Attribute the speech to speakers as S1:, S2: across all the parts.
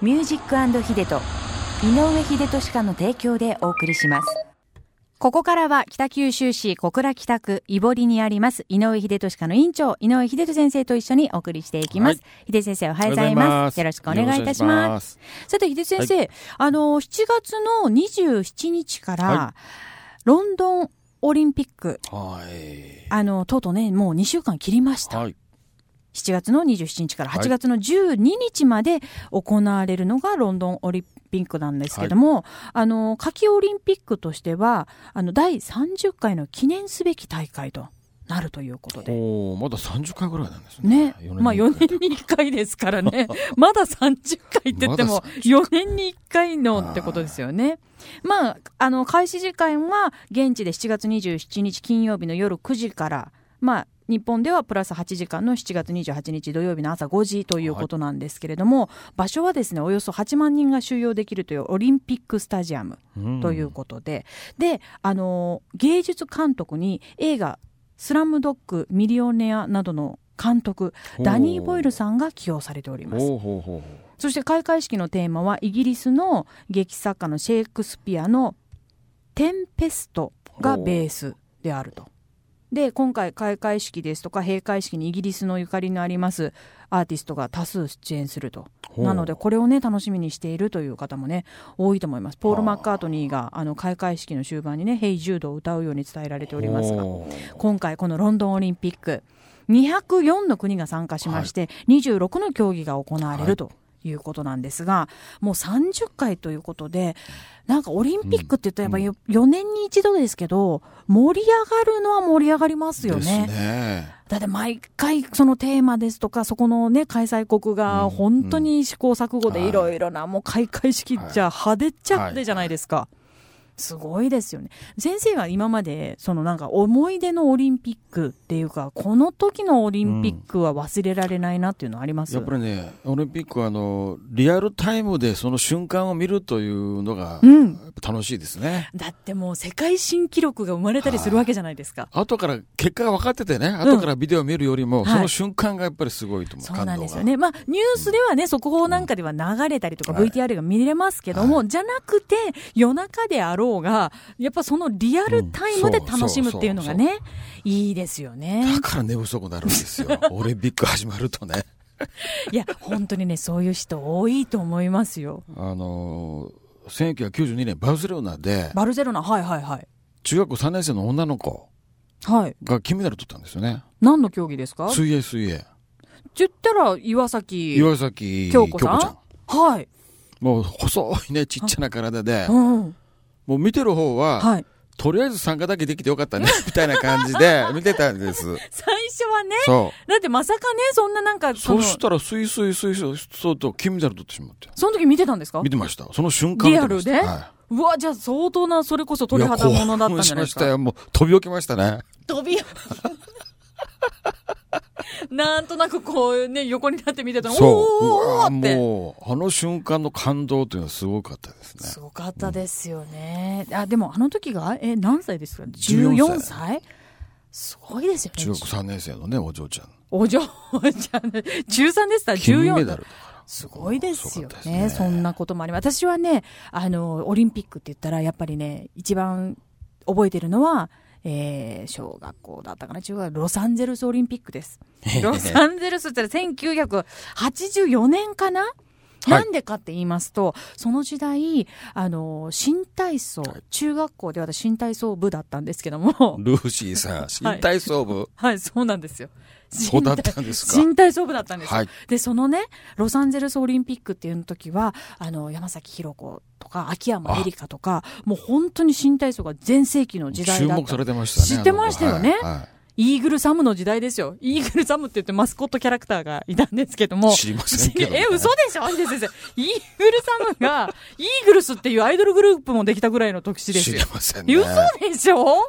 S1: ミュージックヒデと井上秀俊家の提供でお送りします。ここからは北九州市小倉北区井堀にあります井上秀俊家の院長、井上秀俊先生と一緒にお送りしていきます。
S2: は
S1: 秀先生おはようございます。よろしくお願いいたします。
S2: す。
S1: さて、秀先生、あの、7月の27日から、
S2: は
S1: ロンドンオリンピック、
S2: はい。
S1: あの、とうとうね、もう2週間切りました。
S2: はい。
S1: 7月の27日から
S2: はい
S1: 8月の12日まで行われるのがロンドンオリンピックなんですけども、あの、夏季オリンピックとしては、あの、第30回の記念すべき大会となるということで。
S2: おお、まだ三十回ぐらいなんですね
S1: ね。。
S2: 四
S1: まあ4
S2: に一
S1: 年に1回ですからね。 まだ30回って言っても
S2: まだ
S1: 4年に1回のってことですよね。まあ、あの、開始時間は現地で7月27日金曜日の夜9時から、まあ、日本ではプラス8時間の7月28日土曜日の朝5時ということなんですけれども、場所はですね、およそ8万人が収容できるというオリンピックスタジアム。
S2: 回
S1: ということで、で、あのー芸術監督に映画「スラムドッグミリオネア」などの監督ダニー・ボイルさんが起用されており
S2: ん
S1: ます
S2: ほうほうほうほ
S1: そして開会式のテーマはイギリスの劇作家のシェイクスピアの「テンペスト」がベースであると。で今回開会式ですとか閉会式にイギリスのゆかりのありますアーティストが多数出演すると
S2: うほう。
S1: なので、これをね、楽しみにしているという方もね、多いと思います。ポール・マッカートニーが、あの、開会式の終盤にね、ヘイ・ジュードを歌うように伝えられておりますが、
S2: ほう
S1: 今回、このロンドンオリンピック、204の国が参加しまして、26の競技が行われ
S2: は
S1: る
S2: い
S1: と。いうことなんですが、もう30回ということで、なんかオリンピックって言ったらやっぱりよ4年に一度ですけど、盛り上がるのは盛り上がりますよ
S2: ですね。
S1: だって毎回そのテーマですとか、そこのね、開催国が本当に試行錯誤でいろいろな、もう開会式じゃ派手っちゃってじゃないですか。すごいですよね。先生は今まで、そのなんか思い出のオリンピックっていうか、この時のオリンピックは忘れられないなっていうのはあります
S2: やっぱりね、オリンピックはあの、リアルタイムでその瞬間を見るというのが、
S1: うん
S2: やっぱ楽しいですね。
S1: だってもう世界新記録が生まれたりするわけじゃないですか。
S2: 後から結果が分かっててね、後からビデオを見るよりも、
S1: ん
S2: その瞬間がやっぱりすごいと思う。
S1: そうなんですよ
S2: 感動が。
S1: ね。まあ、ニュースではね、速報なんかでは流れたりとか、
S2: はい
S1: VTR が見れますけども、じゃなくて、夜中であろうが、やっぱそのリアルタイムで
S2: うん
S1: 楽しむっていうのがね、いいですよね
S2: だ。から寝不足になるんで すよ。オリンピック始まるとね。
S1: いや、本当にね、そういう人多いと思いますよ。
S2: あのー、1992年バルセロナで
S1: バルセロナ、はいはいはい。
S2: 中学校3年生の女の子
S1: はい。
S2: が金メダル取ったんですよね
S1: 何の競技ですかって
S2: 水泳水泳
S1: 言ったら、岩崎。
S2: 岩崎
S1: 京子さん
S2: ちゃん
S1: はい。
S2: もう細いねちっちゃな体で
S1: うん。
S2: もう見てる方は、
S1: はい。
S2: とりあえず参加だけできてよかったねみたいな感じで見てたんです
S1: 最初はね、
S2: そ
S1: だってまさかね、そんななんか、
S2: う
S1: そ
S2: そ
S1: の、
S2: したらスイスイスイスイそうと金メダル取ってしまって
S1: その時見てたんですか
S2: 見てましたその瞬間見てました
S1: リアルで
S2: は
S1: うわ、じゃあ相当な、それこそ
S2: い、
S1: 鳥肌ものだったんじゃない
S2: や興奮しま
S1: です
S2: した
S1: か。
S2: よもう飛び起きましたね
S1: 飛びなんとなくこうね、横になって見てたら、おー
S2: そうう
S1: おー
S2: わ
S1: おーって。
S2: もうあの瞬間の感動というのはすごかったですね
S1: すごかったですよね。あ、でもあの時が、え、何歳ですか ?14
S2: 14
S1: 歳すごいですよ
S2: 中
S1: ね
S2: 学。3年生のね、お嬢ちゃん。
S1: お嬢ちゃん、中3でした、
S2: 金メ
S1: 14。
S2: ダルだか
S1: すごいですよ
S2: すごかった
S1: ね。
S2: ですね
S1: そんなこともあります。私はね、あの、オリンピックって言ったら、やっぱりね、一番覚えてるのは、えー小学校だったかな、中学、ロサンゼルスオリンピック です。ロサンゼルスって言ったら1984年かな、
S2: い
S1: なんでかって言いますと、その時代、あの、新体操、
S2: はい
S1: 中学校で私新体操部だったんですけども
S2: ら。、ルーシーさん、新体操 部、
S1: はい、そうなんですよ。
S2: そうだったんですか
S1: 新体操部だったんですよ。
S2: はい
S1: で、そのね、ロサンゼルスオリンピックっていう時は、あの、山崎弘子とか、秋山エリカとか、もう本当に新体操が全盛期の時代
S2: 注
S1: だっ
S2: 目さ
S1: た。
S2: れてましたね。
S1: 知ってましたよね
S2: あの子はいは
S1: イーグルサムの時代ですよ。イーグルサムって言ってマスコットキャラクターがいたんですけども。
S2: い知りませんけどね。
S1: え、嘘でしょ先生。イーグルサムが、イーグルスっていうアイドルグループもできたぐらいの特殊で
S2: 知
S1: す
S2: り
S1: よ。
S2: ませんね。
S1: 嘘でしょ本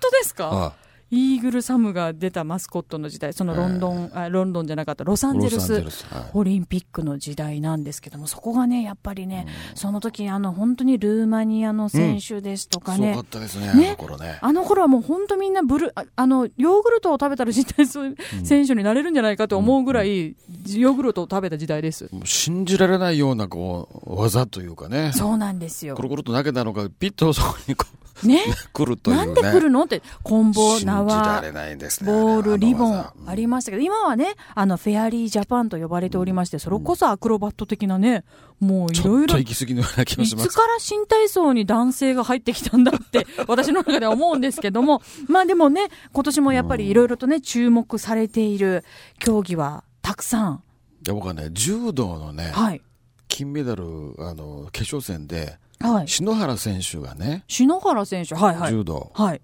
S1: 当ですか
S2: はい
S1: イーグルサムが出たマスコットの時代、そのロンドン、あロンドンじゃなかった、ロサンゼルス
S2: ルス。はい
S1: オリンピックの時代なんですけども、そこがね、やっぱりね、その時、あの、本当にルーマニアの選手ですとか
S2: すご
S1: ね、
S2: かったですね、あ
S1: ね
S2: の頃ね。
S1: あの頃はもう本当みんなブルーああのヨーグルトを食べたら絶対そういう選手になれるんじゃないかと思うぐらい、ヨーグルトを食べた時代です。
S2: もう信じられないような、こう、技というかね。
S1: そうなんですよ
S2: く。るくるっと投げたのが、ピッとそこにこ
S1: ね。
S2: う来るというね。
S1: なんで来るのって、コンボ、
S2: 信じら
S1: 縄、
S2: れないですね。
S1: ボー
S2: あ
S1: ル、
S2: の
S1: リボン
S2: 技、
S1: ありましたけど、今はね、あの、フェアリージャパンと呼ばれておりまして、それこそアクロバット的なね、もうい
S2: ち
S1: ろ
S2: ょっ
S1: いろ
S2: と、行き過ぎのような気も
S1: い
S2: しま
S1: つ
S2: す。
S1: から新体操に男性が入ってきたんだ って、私の中では思うんですけども、まあでもね、今年もやっぱりいろいろとね、注目されている競技はたくさん。
S2: で僕はね、柔道のね、
S1: はい。
S2: 金メダル、あの、決勝戦で、
S1: はい。
S2: 篠原選手がね、
S1: 篠原選手、はいはい。
S2: 柔道、
S1: はい。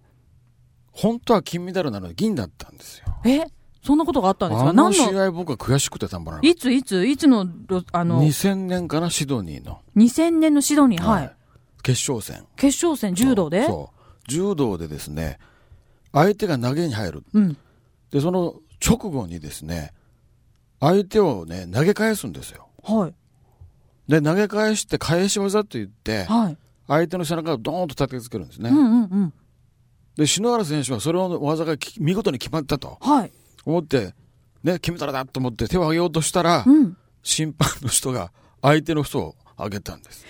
S2: 本当は金メダルなのに銀だったんですよ。
S1: えそんなことがあったんですか
S2: あ
S1: 何
S2: の試
S1: の、
S2: 合僕は悔しくてたまらなかっ
S1: いついつ、いつの、ろあ
S2: た
S1: の、
S2: 2000年かな、シドニーの。
S1: 2000年のシドニー、はい。
S2: 決勝戦。
S1: 決勝戦、柔道で
S2: そう。柔道でですね、相手が投げに入る。
S1: うん。
S2: で、その直後にですね、相手をね、投げ返すんですよ。
S1: はい。
S2: で、投げ返して返し技と言って、
S1: はい。
S2: 相手の背中をドーンと叩きつけるんですね。
S1: うんうんうん。
S2: で、篠原選手はそれを技がき見事に決まったと
S1: はい。
S2: 思って、ね、決めたらだと思って手を上げようとしたら
S1: う、ん。
S2: 審判の人が相手の人を上げたんです。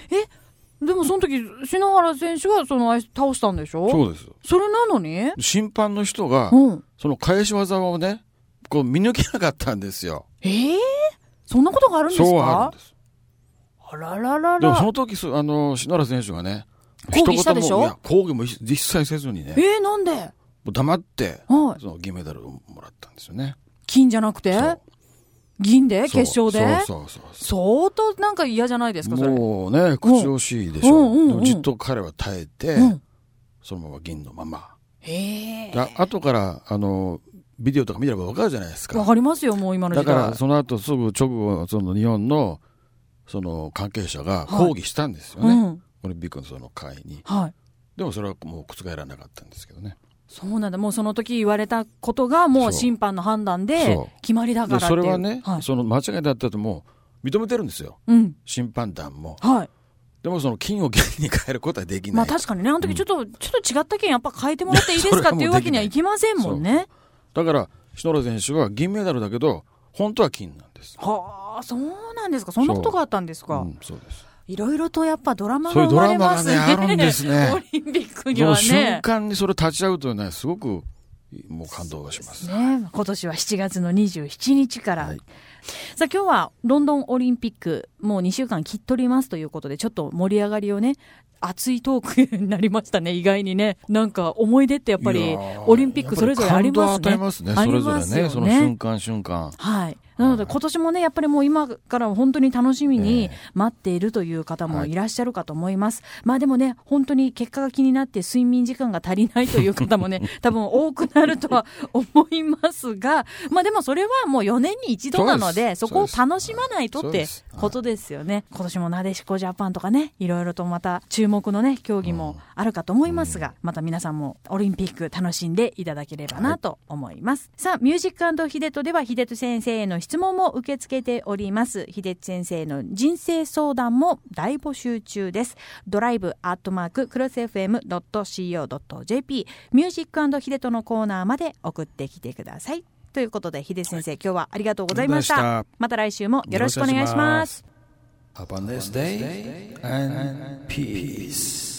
S1: でもその時、篠原選手がその、あい倒したんでしょ
S2: そうです。
S1: それなのに
S2: 審判の人が、
S1: うん。
S2: その返し技をね、こう見抜けなかったんですよ。
S1: ええそんなことがあるんですか
S2: そうあるんです。
S1: あららら
S2: でもそ
S1: ら。
S2: の時す、あの、篠原選手がね、
S1: 抗議したでしょ
S2: 一言もいや抗議も一一切せずにね、も
S1: ええなんで
S2: う黙って、
S1: はい。
S2: その銀メダルをもらったんですよね。
S1: 金じゃなくて
S2: そう
S1: 銀で決
S2: そう
S1: 勝で
S2: そうそうそう
S1: 相当なんか嫌じゃないですか、それ。
S2: もうね、口惜しいでしょ。
S1: うんうんうん
S2: でもじっと彼は耐えて、
S1: うん。
S2: そのまま銀のまま。
S1: ええ
S2: で後から、あの、ビデオとか見ればわかるじゃないです
S1: わ
S2: か。
S1: かりますよ、もう今の
S2: だ
S1: 時
S2: か
S1: 代。
S2: ら、その後すぐ直後、その日本の、その関係者が
S1: はい
S2: 抗議したんですよ
S1: う
S2: ね。
S1: ん。
S2: オリンピックのその会に。
S1: はい。
S2: でもそれはもう覆らなかったんですけどね。
S1: そうなんだ。もうその時言われたことが、もう
S2: そう
S1: 審判の判断で
S2: そう
S1: 決まりだから
S2: で
S1: っていう。
S2: それはね、
S1: はい。
S2: その間違いだったとも認めてるんですよ。
S1: うん。
S2: 審判団も。
S1: はい。
S2: でもその金を銀に変えることはできない。
S1: まあ確かにね、あの時ちょっと、ちょっと違った件やっぱ変えてもらっていい ですかっていうわけにはいきませんもんね。
S2: だから、篠原選手は銀メダルだけど、本当は金なんです。
S1: はあ、そうなんですか。そんなことがあったんです
S2: う
S1: か。
S2: ん、そうです。
S1: いろいろとやっぱドラマ
S2: そ
S1: が
S2: ういう
S1: 生
S2: ド
S1: ま
S2: ラ
S1: れ
S2: マ
S1: ま
S2: が
S1: す
S2: ね、
S1: ね。
S2: あるんです
S1: オ
S2: ね。
S1: リンピックに
S2: そ
S1: は
S2: の
S1: ね
S2: 瞬。間にそれ立ち会うというのは、すごく、もう感動がします。
S1: ね、今年は7月の27日から、
S2: はい
S1: さあ今日はロンドンオリンピックもう2週間切っとりますということでちょっと盛り上がりをね熱いトークになりましたね意外にねなんか思い出ってやっぱ
S2: い
S1: り
S2: やー
S1: オリンピックそれぞれあります
S2: やっぱ
S1: ね
S2: り感動を与えますね、
S1: あ
S2: そ
S1: り
S2: れぞ
S1: ます
S2: れ
S1: よ
S2: ね、その瞬間瞬間。
S1: はい。なので、今年もね、やっぱりもう今から本当に楽しみに
S2: ええ
S1: 待っているという方も
S2: はい
S1: いらっしゃるかと思います。まあでもね、本当に結果が気になって睡眠時間が足りないという方も ね、多分多くなるとは思いますが、まあでもそれはもう4年に一度なので、そ
S2: そうです
S1: こを楽しまないと
S2: そ
S1: っ
S2: う
S1: て
S2: です
S1: ことですよね。今年もなでしこジャパンとかね、いろいろとまた注目のね、競技もあるかと思いますが、また皆さんもオリンピック楽しんでいただければなと思います。さあ、ミュージックヒデトではヒデト先生への質問も受け付けております。ヒデト先生の人生相談も大募集中です。ドライブアットマーククロス FM.co.jp ミュージックヒデトのコーナーまで送ってきてください。ということで、ヒデ先生、今日はありがとうございまし
S2: ありがとうござ
S1: た
S2: いまし。
S1: また来週もよろしくお願いします。
S2: Have a nice day and peace.